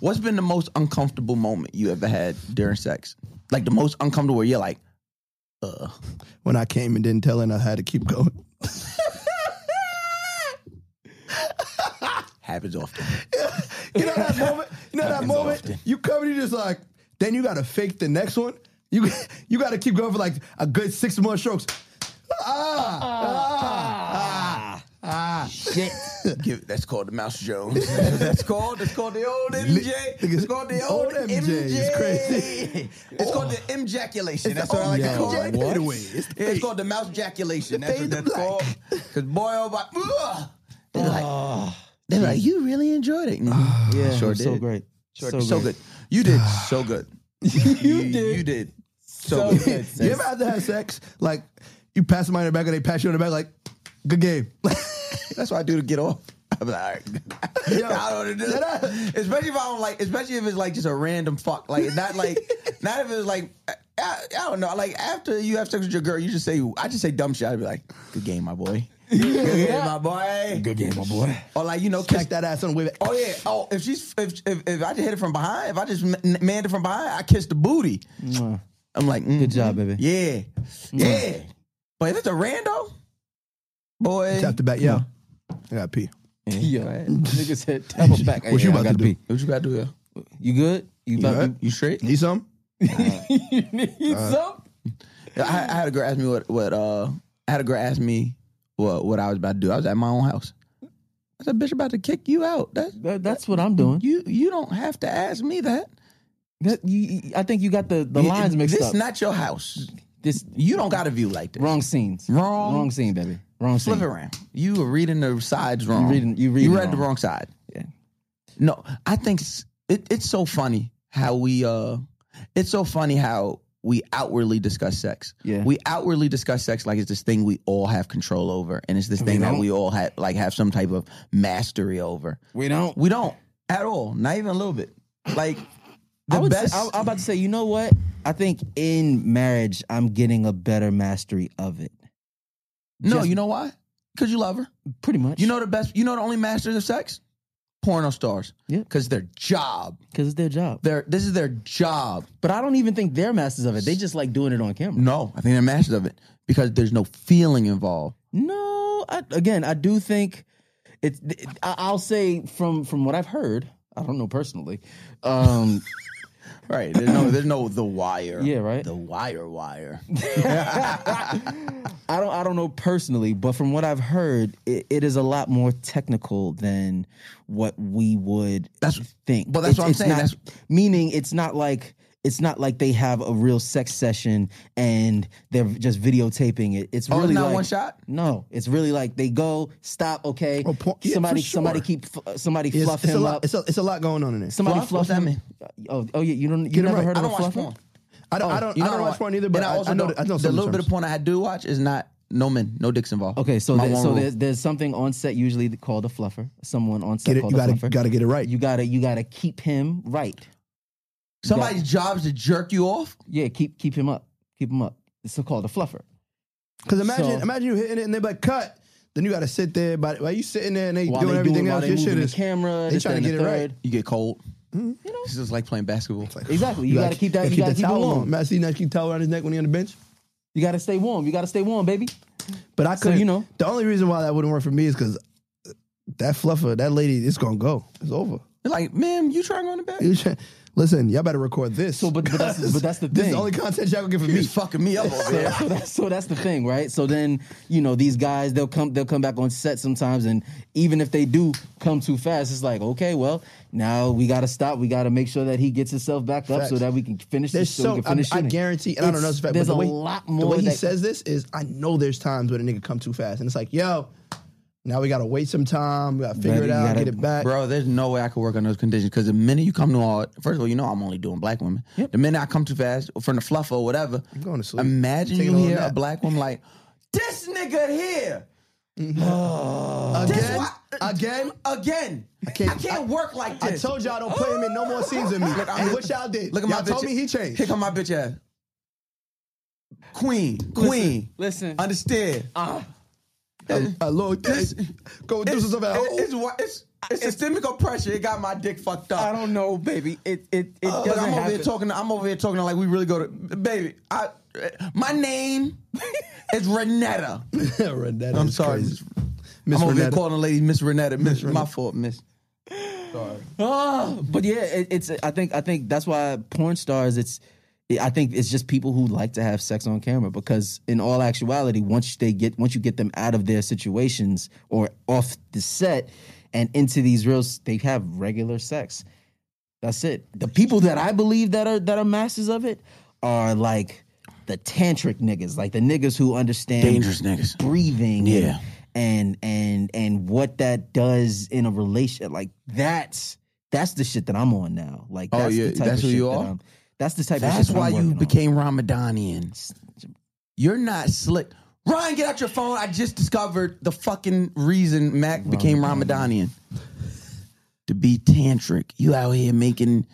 S3: What's been the most uncomfortable moment you ever had during sex? Like the most uncomfortable where you're like, uh.
S4: When I came and didn't tell her, and I had to keep going.
S3: Happens often.
S4: You know that moment. You know that moment. You come and you just like. Then you gotta fake the next one. You you gotta keep going for like a good six more strokes. Ah, ah, ah, ah.
S2: Shit.
S3: Give, that's called the Mouse Jones. that's called. That's called the old MJ.
S4: Niggas-
S3: It's called the old,
S4: old
S3: MJ.
S4: MJ is crazy.
S3: It's called Oh. the ejaculation. That's
S4: the
S3: what I like to
S4: old
S3: call
S4: MJ
S3: it.
S4: fadeaway. It's the
S3: Yeah, it's
S4: fade.
S3: called the mouse ejaculation. That's what
S4: fade to
S3: that's
S4: black.
S3: called. Because boy, oh my, ugh. they're like, they're like, you really enjoyed it. Mhm.
S2: Yeah,
S3: sure
S2: so
S3: did.
S2: great.
S3: Sure,
S2: So
S3: so, good.
S2: great.
S3: You did so good. you did. You did. So, good.
S4: You ever had to have sex? Like you pass somebody in the back and they pass you in the back like, good game.
S3: That's what I do to get off. I'm like, all right.
S4: Yo.
S3: I don't wanna do that. Especially if I don't like, especially if it's like just a random fuck. Like not like, not if it's like I, I don't know. Like after you have sex with your girl, you just say I just say dumb shit. I'd be like, "Good game, my boy. Good game, my boy. Good game, my boy." Or like you know, kiss
S4: Smack that ass on the way back.
S3: Oh yeah. Oh, if she's if if, if I just hit it from behind, if I just m- manned it from behind, I kiss the booty.
S2: Mwah.
S3: I'm like, mm,
S2: Good job, baby.
S3: Yeah,
S2: Mm.
S3: yeah. But if it's a rando, boy,
S4: Tap the back, yo. I got pee.
S2: Yo, nigga said, tap him back.
S4: What you about
S2: I gotta
S4: to do?
S2: pee.
S3: what you gotta do? Here?
S2: You good? You about
S4: alright?
S3: You straight?
S4: Need some?
S2: you something?
S3: I, I had a girl ask me what what uh I had a girl ask me what what I was about to do. I was at my own house. I said, "Bitch, about to kick you out." That,
S2: That- that's what I'm doing.
S3: you you don't have to ask me that.
S2: That- you- you- I think you got the, the lines mixed
S3: this
S2: up.
S3: not your house.
S2: this
S3: You don't got a view like this.
S2: wrong scenes.
S3: Wrong.
S2: Wrong scene, baby. Wrong scene.
S3: Flip it around. You were reading the sides wrong.
S2: reading- you reading
S3: You read the
S2: wrong.
S3: wrong side.
S2: Yeah.
S3: No, I think s- it, it's so funny how we uh, it's so funny how we outwardly discuss sex.
S2: Yeah.
S3: We outwardly discuss sex like it's this thing we all have control over, and it's this thing that
S2: don't.
S3: we all have like have some type of mastery over.
S2: We don't.
S3: We don't at all, not even a little bit. Like the
S2: I would
S3: best.
S2: say, I, I'm about to say, you know what? I think in marriage, I'm getting a better mastery of it.
S3: no,
S2: just-
S3: you know why? Because you love her.
S2: Pretty much.
S3: You know the best. You know the only masters of sex, porno stars.
S2: Yeah.
S3: Because their job.
S2: because it's their job.
S3: Their this is their job.
S2: But I don't even think they're masters of it. They just like doing it on camera.
S3: No, I think they're masters of it because there's no feeling involved.
S2: No, I, again, I do think it's. I, I'll say from from what I've heard. I don't know personally. Um,
S3: Right. There's no there's no the wire.
S2: Yeah, right.
S3: The wire wire.
S2: I don't. I don't know personally, but from what I've heard, it, it is a lot more technical than what we would
S3: That's-
S2: think.
S3: well, that's what I'm saying.
S2: not-
S3: That's-
S2: meaning it's not like it's not like they have a real sex session and they're just videotaping it. It's
S3: Oh,
S2: really
S3: not
S2: like,
S3: one shot?
S2: No, it's really like they go stop. Okay,
S4: Oh, por- yeah,
S2: somebody
S4: for sure.
S2: somebody keep f- somebody
S4: It's,
S2: fluff
S4: it's
S2: him
S4: a lot.
S2: up.
S4: It's a, it's a lot going on in there.
S2: somebody
S3: Fluff?
S2: fluff
S3: What's that
S2: him.
S3: mean?
S2: Oh, oh yeah. You don't. You
S4: Get it
S2: never
S4: right.
S2: heard
S3: I
S2: of
S3: don't
S2: a
S3: watch
S2: fluff?
S3: porn.
S4: I don't. I
S2: Oh,
S4: don't.
S3: You
S4: I don't watch porn either. But
S3: and I, also
S4: I know.
S3: don't-
S4: I know
S3: the
S4: some
S3: little bit of
S4: terms.
S3: porn I do watch is not no men, no dicks involved.
S2: Okay, so
S3: My
S2: there,
S3: one
S2: so
S3: rule.
S2: there's, there's something on set usually called a fluffer. Someone on set
S4: Get it,
S2: called
S4: you
S2: a
S4: gotta
S2: fluffer.
S4: gotta get it right.
S2: you gotta you gotta keep him right.
S3: somebody's job's to jerk you off.
S2: Yeah, keep keep him up. Keep him up. It's so called a fluffer.
S4: Because imagine
S2: So-
S4: imagine you hitting it and they like cut. Then you gotta sit there. But while you sitting there and they
S2: While
S4: doing
S2: they
S4: everything
S2: doing, while
S4: else,
S2: they
S4: your shit
S2: moving the
S4: is
S2: camera.
S4: they
S2: this,
S4: trying to
S2: that, and
S4: get
S2: the
S4: it right.
S2: third.
S3: You get cold.
S4: you know,
S3: This is like playing basketball.
S2: Exactly. You, gotta, keep that. You gotta keep,
S4: the
S2: him
S4: towel
S2: warm.
S4: on. Matt, see now keep towel around his neck when he on the bench.
S2: You gotta stay warm. You gotta stay warm, baby.
S4: But I couldn't.
S2: you know.
S4: the only reason why that wouldn't work for me is because that fluffer, that lady, it's gonna go. It's over.
S3: You're like, ma'am, you trying to go in the bed?
S4: You should- listen, y'all better record this.
S2: So, but- but that's- but that's the
S4: This is
S2: thing.
S4: the only content y'all gonna get from
S3: You
S4: me.
S3: just fucking me up over
S2: So,
S3: there.
S2: so that's, so that's the thing, right? So then you know these guys they'll come they'll come back on set sometimes, and even if they do come too fast, it's like okay, well now we gotta stop. We gotta make sure that he gets himself back up so
S4: Facts.
S2: that we can finish
S4: There's
S2: this. So,
S4: so,
S2: we can
S4: I,
S2: finish
S4: I
S2: shooting.
S4: guarantee, and I don't know
S2: It's-
S4: this is fact,
S2: There's
S4: but the way,
S2: a lot
S4: the
S2: more.
S4: way he
S2: that-
S4: says this is, I know there's times when a nigga come too fast, and it's like, yo, now we gotta wait some time, we gotta figure
S2: Better-
S4: it
S2: you
S4: out,
S2: gotta-
S4: get it back.
S3: Bro, there's no way I could work on those conditions because the minute you come to all, first of all, you know I'm only doing black women. The minute I come too fast from the fluff or whatever, I'm
S4: going to sleep.
S3: Imagine
S4: Take a
S3: you
S4: little
S3: hear
S4: nap.
S3: a black woman like, "This nigga here,
S4: again,
S3: why-
S4: again.
S3: again. I
S4: can't-
S3: can't, work like
S4: I
S3: this."
S4: told y'all don't put him in no more scenes with me.
S3: Look, I'm-
S4: and what y'all did?
S3: Look at
S4: y'all
S3: my
S4: told
S3: bitch.
S4: me he changed.
S3: Here come my bitch ass. Queen, queen.
S2: listen.
S3: understand.
S4: A, a little Uh, this, go do
S3: it's,
S4: some stuff at home.
S3: it's, it's, it's, it's systemic oppression. It got my dick fucked up.
S2: I don't know, baby. It it it
S3: Uh, look,
S2: doesn't
S3: I'm over here
S2: happen.
S3: talking. To, I'm over here talking to like we really go to baby. I uh, my name is Renetta.
S4: Renetta
S3: I'm
S4: is
S3: sorry.
S4: crazy.
S3: I'm
S4: Miss
S3: over here
S4: Renetta.
S3: calling the lady Miss Renetta. Miss, my fault, Miss.
S2: Oh, but yeah, it, it's. I think. I think that's why porn stars. It's. I think it's just people who like to have sex on camera because, in all actuality, once they get once you get them out of their situations or off the set and into these reals, they have regular sex. That's it. The people that I believe that are that are masters of it are like the tantric niggas, like the niggas who understand
S3: Dangerous niggas.
S2: breathing.
S3: Yeah.
S2: And and and what that does in a relation like that's that's the shit that I'm on now. Like
S3: Oh,
S2: that's
S3: yeah,
S2: the type
S3: that's
S2: of
S3: who
S2: shit
S3: you
S2: that
S3: are?
S2: I'm- that's the type of shit
S3: That's
S2: that
S3: why
S2: I'm
S3: you
S2: working on.
S3: became Ramadanian. You're not slick. Ryan, get out your phone. I just discovered the fucking reason Mac became Ramadanian. To be tantric. You out here making,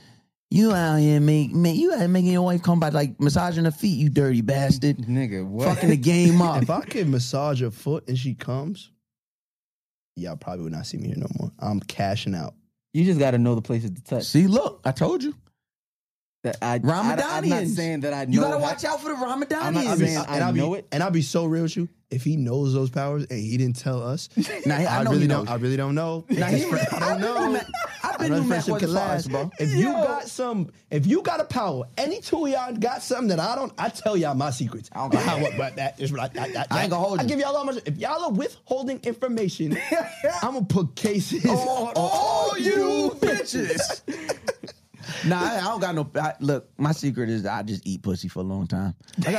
S3: You out here make man, you out here making your wife come by like massaging her feet, you dirty bastard.
S2: Nigga, what?
S3: Fucking the game up.
S4: If I could massage her foot and she comes, y'all probably would not see me here no more. I'm cashing out.
S2: You just got to know the places to touch.
S3: See, look, I told you.
S2: That I, I, am not
S3: Ramadanians.
S2: saying that I know.
S3: You gotta
S2: how-
S3: watch out for the Ramadanians.
S2: I'm not
S4: I'll
S2: saying I
S4: I'll be,
S2: know it.
S4: And I'll be so real with you. If he knows those powers and he didn't tell us,
S3: Nah, he- I know
S4: really
S3: he
S4: don't.
S3: knows.
S4: I really don't know.
S3: Nah, he-
S4: I don't
S3: I've been to
S4: know.
S3: Mac- I've been
S4: I know
S3: to
S4: the
S3: Mac
S4: friendship could
S3: wasn't for
S4: last,
S3: us, bro.
S4: If you
S3: Yo.
S4: got some, if you got a power, any two of y'all got something that I don't, I tell y'all my secrets. I
S3: don't care.
S4: How, what- but that is what I, I,
S3: I ain't gonna hold
S4: I
S3: you.
S4: give y'all all my. If y'all are withholding information, I'm gonna put cases
S3: on all you bitches. Nah, I, I don't got no. I, look, my secret is I just eat pussy for a long time.
S4: I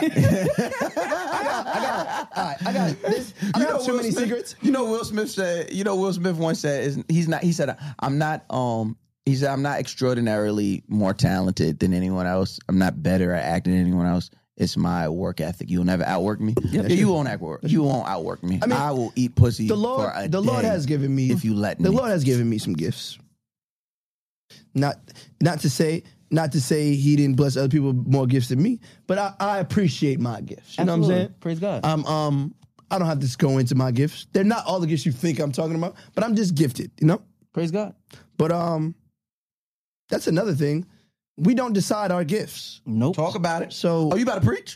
S4: got this. I got too
S3: Will
S4: many
S3: Smith-
S4: secrets.
S3: You know Will Smith said. You know Will Smith once said is he's not. He said I'm not. Um. He said I'm not extraordinarily more talented than anyone else. I'm not better at acting than anyone else. It's my work ethic. You'll never outwork me. you won't outwork. You won't outwork me. I,
S4: mean,
S3: will eat pussy.
S4: The
S3: for a
S4: Lord, the Lord
S3: day
S4: has given me.
S3: If you let me.
S4: the Lord has given me some gifts. Not, not to say, not to say He didn't bless other people with more gifts than me, but I, I appreciate my gifts. You know what
S2: Absolutely.
S4: I'm saying?
S2: Praise God.
S4: Um, um, I don't have to go into my gifts. They're not all the gifts you think I'm talking about, but I'm just gifted. You know.
S2: Praise God.
S4: But um, that's another thing. We don't decide our gifts.
S2: Nope.
S3: talk about it.
S4: So
S3: Oh, you about to preach?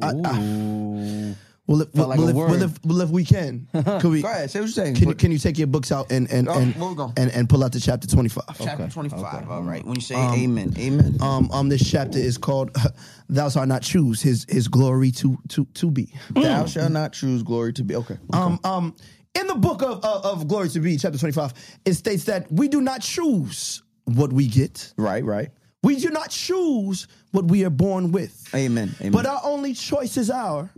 S4: I- I-
S2: Ooh.
S4: well, if,
S2: Felt like
S4: well,
S2: a
S4: if, well,
S2: word.
S4: if, well, if we can, could we?
S3: Go ahead. Say what you're saying.
S4: Can you, can you take your books out and and
S3: Oh,
S4: and,
S3: where we going?
S4: and and pull out to chapter twenty five?
S3: chapter 25. All right. When you say amen, amen.
S4: Um, um, this chapter is called "Thou shalt not choose His His glory to to to be."
S3: Thou shalt not choose glory to be. Okay.
S4: Um, um, in the book of of, of glory to be, chapter twenty five, it states that we do not choose what we get.
S3: Right, right.
S4: We do not choose what we are born with.
S3: Amen. Amen.
S4: But our only choice is our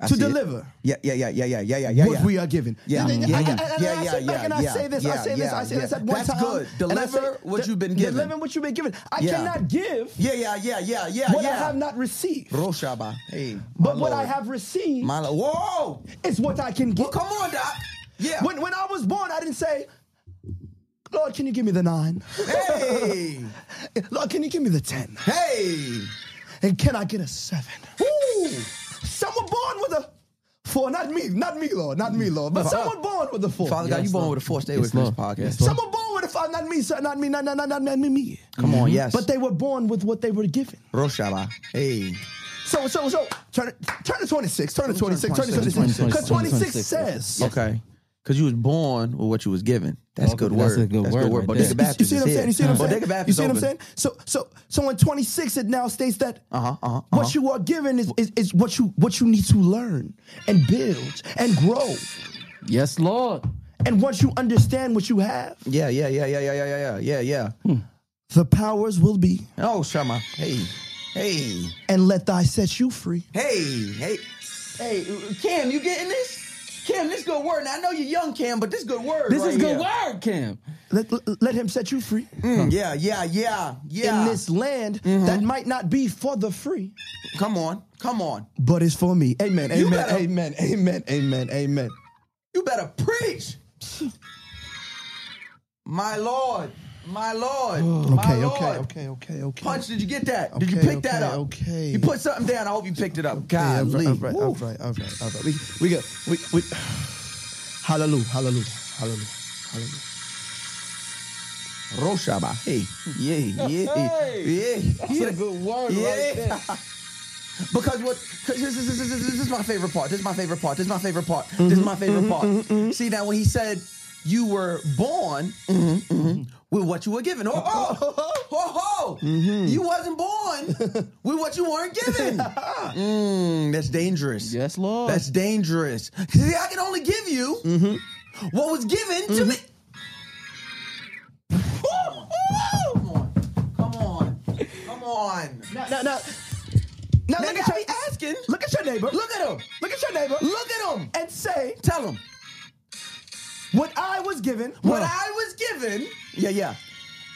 S3: I
S4: to
S3: see it.
S4: deliver
S3: Yeah, yeah, yeah, yeah, yeah, yeah, yeah, yeah.
S4: what
S3: yeah.
S4: we are given.
S3: Yeah,
S4: and, and-
S3: yeah,
S4: and-
S3: yeah,
S4: and- and
S3: yeah,
S4: I sit
S3: yeah,
S4: back and I
S3: yeah,
S4: say this, I
S3: yeah,
S4: say this, I
S3: yeah,
S4: say this
S3: yeah.
S4: at one
S3: That's
S4: time.
S3: good.
S4: and I say,
S3: Deliver what
S4: de-
S3: you've been given.
S4: Deliver what you've been given. I
S3: Yeah.
S4: cannot give
S3: Yeah, yeah, yeah, yeah, yeah,
S4: what I
S3: yeah.
S4: have not received.
S3: Roshaba. Hey.
S4: but what I have received
S3: My Lord. Whoa!
S4: is what I can get.
S3: Come on, Doc. Yeah.
S4: When, when I was born, I didn't say, Lord, can you give me the nine?
S3: Hey.
S4: Lord, can you give me the ten?
S3: hey.
S4: And can I get a seven?
S3: Woo.
S4: Some were born with a four. Not me, not me, Lord, not me, Lord. But some were born with a four.
S3: Father God, you born with a force. Stay away from this podcast.
S4: Some were born with a five, not me, sir, not me, not, not, not, not me, me.
S3: Come on, yes.
S4: Mm-hmm. But they were born with what they were given.
S3: Roshaba. Hey.
S4: So, so, so, turn, it- turn to 26, turn to 26, turn to 26.
S3: 26,
S4: Because 26 says,
S3: Okay. Because you was born with what you was given. That's good
S2: that's
S3: word.
S2: a good word right
S3: Oh, Bodega
S2: there.
S3: Baptist
S4: you see what I'm
S3: is
S4: saying? You see
S3: here.
S4: what I'm saying?
S3: Bodega Baptist
S4: You see what I'm
S3: open.
S4: saying? So, so, so in 26, it now states that
S3: Uh-huh, uh-huh,
S4: what you are given is, is, is what you what you need to learn and build and grow.
S2: Yes, Lord.
S4: And once you understand what you have,
S3: Yeah, yeah, yeah, yeah, yeah, yeah, yeah, yeah, yeah.
S4: Hmm. the powers will be.
S3: Oh, Shama. Hey. Hey.
S4: And let thy set you free.
S3: Hey. Hey. Hey, Cam, you getting this? Cam, this good word. Now, I know you're young, Cam, but this good word.
S2: This
S3: right
S2: is good
S3: here.
S2: word, Cam.
S4: Let, let him set you free.
S3: Mm, yeah, yeah, yeah, yeah. Mm-hmm.
S4: in this land that might not be for the free,
S3: Come on. Come on.
S4: but it's for me. Amen.
S3: You
S4: Amen.
S3: better-
S4: amen. Amen. Amen. Amen.
S3: You better preach. My Lord. My Lord. my
S4: Oh. Okay.
S3: Lord.
S4: Okay. Okay. Okay. Okay.
S3: Punch, did you get that? Did you
S4: Okay,
S3: pick that
S4: okay,
S3: up?
S4: okay.
S3: You put something down. I hope you picked it up.
S4: Yeah, all
S3: God,
S4: right, all right, all right, all right, all right. We we got we we. Hallelujah. Hallelujah. Hallelujah. Hallelujah.
S3: Roshaba. Hey, yeah, yeah, yeah. That's a good word right there. because what? Cause this, is- this, is- this, is- this is my favorite part. This is my favorite part. This is my favorite part. This is my favorite part. See now when he said you were born mhm, mhm, with what you were given. Oh, oh, Mm-hmm. ho, ho, ho, ho. You wasn't born with what you weren't given. Mm, that's dangerous.
S2: Yes, Lord.
S3: That's dangerous. See, I can only give you what was given to me. Woo! Woo! Come on. Come on. Come on.
S4: Now now now. Now
S3: Now
S4: look
S3: you
S4: at
S3: gotta
S4: your
S3: be asking.
S4: look at your neighbor.
S3: Look at him.
S4: Look at your neighbor.
S3: Look at him.
S4: and say
S3: Tell him.
S4: what I was given.
S3: What
S4: What
S3: I was given. Yeah, yeah.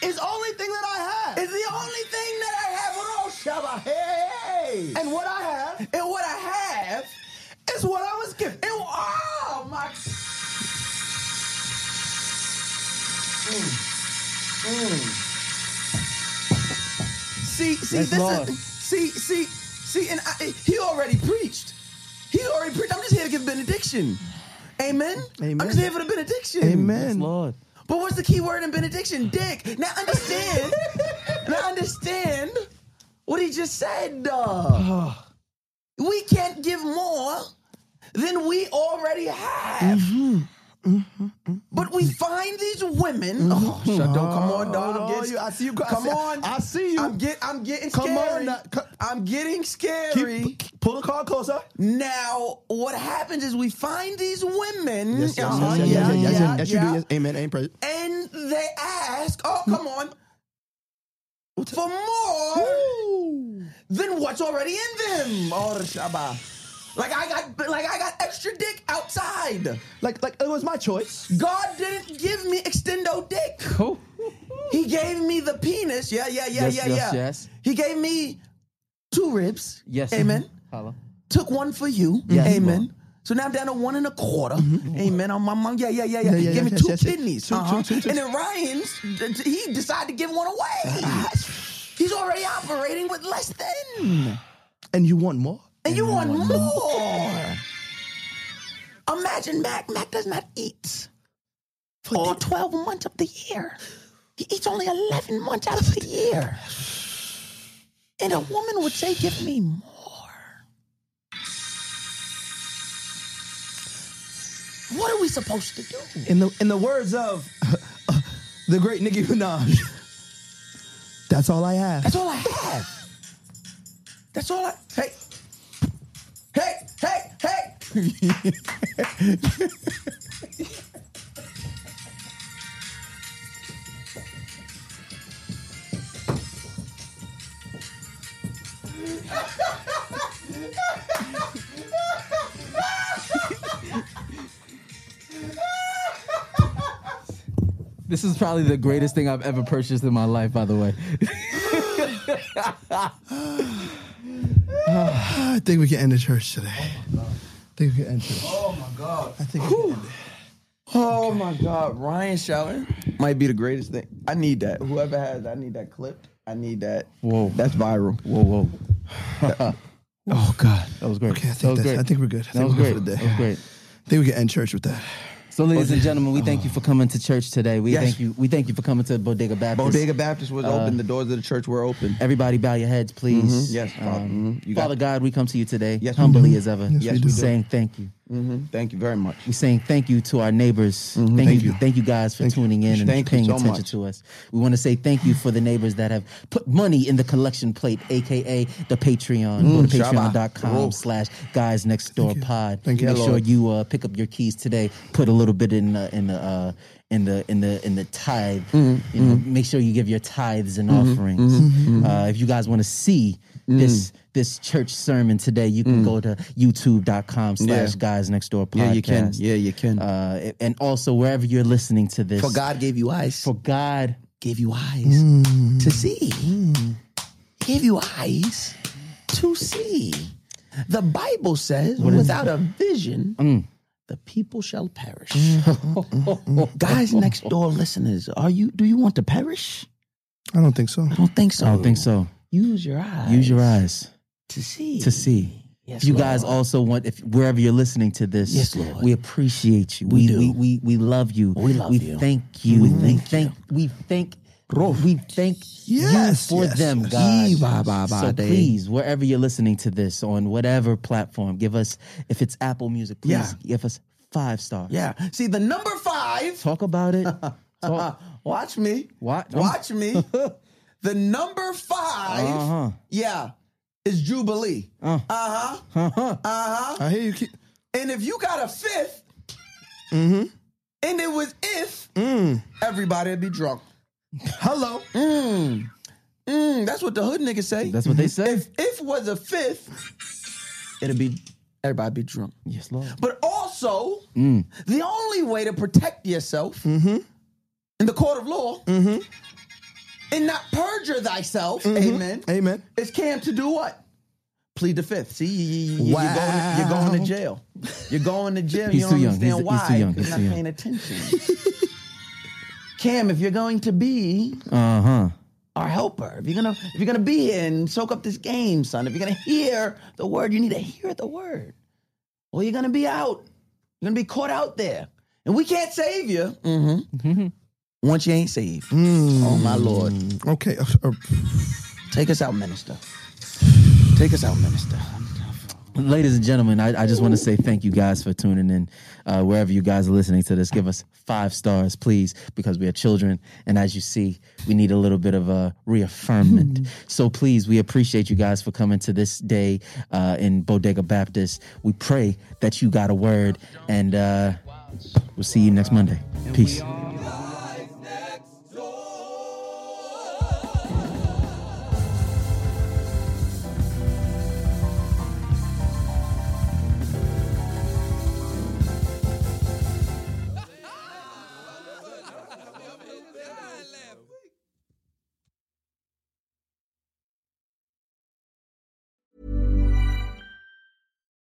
S4: is only thing that I have.
S3: Is the only thing that I have at all, Shabba. Hey.
S4: and what I have
S3: And what I have.
S4: is what I was given.
S3: And oh my. Hmm. Mm. Mm. See, see,
S2: That's
S3: this
S2: lost.
S3: is see, see, see, and I, he already preached. He already preached. I'm just here to give benediction. Amen. I'm
S4: Amen.
S3: just here for the benediction.
S2: Yes,
S4: Amen.
S2: Lord.
S3: But what's the key word in benediction? Dick. Now understand. now understand what he just said. Duh. we can't give more than we already have.
S4: Mm-hmm.
S3: But we find these women. Oh, shut up! Come on, dog.
S4: Oh,
S3: I'm getting-
S4: you- Mm-hmm. I see you. I
S3: Come
S4: see-
S3: on.
S4: I see you.
S3: I'm, get, I'm getting
S4: Come on
S3: scary.
S4: now. Co-
S3: I'm getting scary.
S4: Keep, pull the car closer.
S3: Now, what happens is we find these women. Uh-huh,
S4: yes,
S3: yeah,
S4: yes, yes, yes,
S3: yeah,
S4: yes, you do.
S3: yeah.
S4: Yes, Hmm. amen. Amen. Praise.
S3: And they ask, oh, come on, for more than what's already in them. Oh, Shaba. Like I got, like I got extra dick outside.
S4: Like, like it was my choice.
S3: God didn't give me extendo dick.
S2: Cool.
S3: He gave me the penis. Yeah, yeah, yeah,
S2: Yes,
S3: yeah,
S2: yes,
S3: yeah.
S2: yes.
S3: He gave me two ribs.
S2: Yes.
S3: Amen.
S2: Holla.
S3: Took one for you.
S2: Yes,
S3: Amen.
S2: Lord.
S3: So now I'm down to one and a quarter. Amen. On my mom. Yeah, yeah, yeah, yeah.
S4: Mm-hmm. Yeah, yeah,
S3: Give me
S4: yes,
S3: two
S4: yes, yes.
S3: kidneys.
S4: Two, two,
S3: Uh-huh.
S4: two, two.
S3: And then Ryan's, d- d- he decided to give one away. He's already operating with less than.
S4: And you want more?
S3: And you want more. Imagine Mac. Mac does not eat for all 12 months of the year. He eats only 11 months out of the year. And a woman would say, Give me more. What are we supposed to do?
S4: In the in the words of the great Nicki Minaj, that's all I have.
S3: That's all I have. That's all I. Hey. Hey, hey, hey.
S2: This is probably the greatest thing I've ever purchased in my life, by the way.
S4: I think we can end the church today. I think we can end church.
S3: Oh my God.
S4: I think we can end it.
S3: Oh my God, Ryan shouting might be the greatest thing. I need that. Whoever has, I need that clipped. I need that.
S2: Whoa.
S3: that's viral.
S2: Whoa, whoa.
S4: Oh God.
S2: That was great.
S4: Okay, I
S2: that
S4: think
S2: was
S4: that's,
S2: great.
S4: I think we're good. I
S2: that
S4: think
S2: was
S4: we're
S2: great.
S4: good for the
S2: That
S4: day.
S2: was great.
S4: I think we can end church with that.
S2: So, ladies and gentlemen, we thank you for coming to church today. We
S3: Yes.
S2: thank you. We thank you for coming to Bodega Baptist.
S3: Bodega Baptist was open. The doors of the church were open.
S2: Everybody, bow your heads,
S4: Mm-hmm.
S2: please.
S3: Yes, Father.
S2: Um,
S3: Mhm. You got
S2: Father
S3: it.
S2: God, we come to you today,
S3: Yes, we
S2: humbly
S3: do.
S2: as ever.
S4: Yes, we do. Mm-hmm.
S2: saying thank you.
S3: Thank you very much.
S2: We're saying thank you to our neighbors. Thank,
S4: Thank
S2: you.
S4: you.
S2: Thank you guys for
S4: Thank you.
S2: tuning in and
S3: Thank you
S2: paying
S3: so
S2: attention
S3: much.
S2: to us. We want to say thank you for the neighbors that have put money in the collection plate, aka the Patreon. Go to
S3: Mm, Shabbat.
S2: patreon.com
S3: Whoa.
S2: slash guys next door pod.
S4: Thank you,
S2: Make sure
S4: Lord.
S2: you uh, pick up your keys today. Put a little bit in the in the uh, in the in the in the tithe.
S3: Mm-hmm,
S2: You know, make sure you give your tithes and offerings.
S3: mm-hmm.
S2: Uh, if you guys want to see
S3: Mm.
S2: this this church sermon today, you can go to youtube.com slash guys next door podcast.
S3: Yeah, you can. Yeah, you can.
S2: Uh, and also wherever you're listening to this,
S3: For Mm. God gave you eyes.
S2: for God,
S3: gave you eyes to see. Mm. Gave you eyes to see. The Bible says, without a vision, the people shall perish. Guys next door listeners, are you do you want to perish?
S4: I don't think so.
S3: I don't think so.
S2: I don't think so.
S3: Use your eyes.
S2: Use your eyes
S3: to see.
S2: to see.
S3: Yes,
S2: If you guys
S3: Lord.
S2: also want, if wherever you're listening to this,
S3: Yes, Lord.
S2: we appreciate you.
S3: We do.
S2: We, we, we love you.
S3: We love
S2: we
S3: you.
S2: Thank you. We thank you. We thank. We thank
S4: Yes,
S2: you for
S4: yes,
S2: them,
S4: yes.
S2: God.
S3: Yee, ba, ba, ba,
S2: so
S3: day.
S2: please, wherever you're listening to this on whatever platform, give us. If it's Apple Music, please
S3: Yeah.
S2: give us five stars.
S3: Yeah. See the number five.
S2: Talk about it.
S3: Uh,
S2: Talk.
S3: watch me.
S2: Watch-
S3: Watch me. the number 5
S2: Uh-huh.
S3: Yeah. Is Jubilee.
S2: Uh.
S3: huh.
S4: I hear you. Keep,
S3: And if you got a 5th
S2: Mm-hmm.
S3: and it was if,
S2: Mm.
S3: everybody would be drunk.
S4: hello.
S3: Mm, that's what the hood niggas say.
S2: That's what they say.
S3: If if was a fifth, it'd be everybody be drunk.
S2: yes, Lord. Mm.
S3: But also, the only way to protect yourself
S2: Mm-hmm.
S3: in the court of law and not perjure thyself,
S2: Mm-hmm.
S3: amen,
S4: Amen.
S3: is cam to do what? Plead the fifth. See, you, you, are going, you're
S4: Wow.
S3: going to jail. You're going to jail.
S2: He's
S3: you don't
S2: too young.
S3: understand
S2: He's- he's
S3: why.
S2: too young.
S3: because
S2: He's
S3: You're not
S2: too young.
S3: paying attention. Cam, if you're going to be
S2: Uh huh.
S3: our helper. If you're gonna if you're gonna be here and soak up this game, son, if you're gonna hear the word, you need to hear the word. Or you're gonna be out. You're gonna be caught out there. And we can't save you. Mm-hmm. Once you ain't saved. Oh my Lord.
S4: Okay. uh,
S3: Take us out, minister. Take us out, minister.
S2: Ladies and gentlemen, I, I just want to say thank you guys for tuning in. Uh, wherever you guys are listening to this, give us five stars, please, because we are children. And as you see, we need a little bit of a reaffirmment. so please, we appreciate you guys for coming to this day uh, in Bodega Baptist. We pray that you got a word, and uh, we'll see you next Monday. Peace.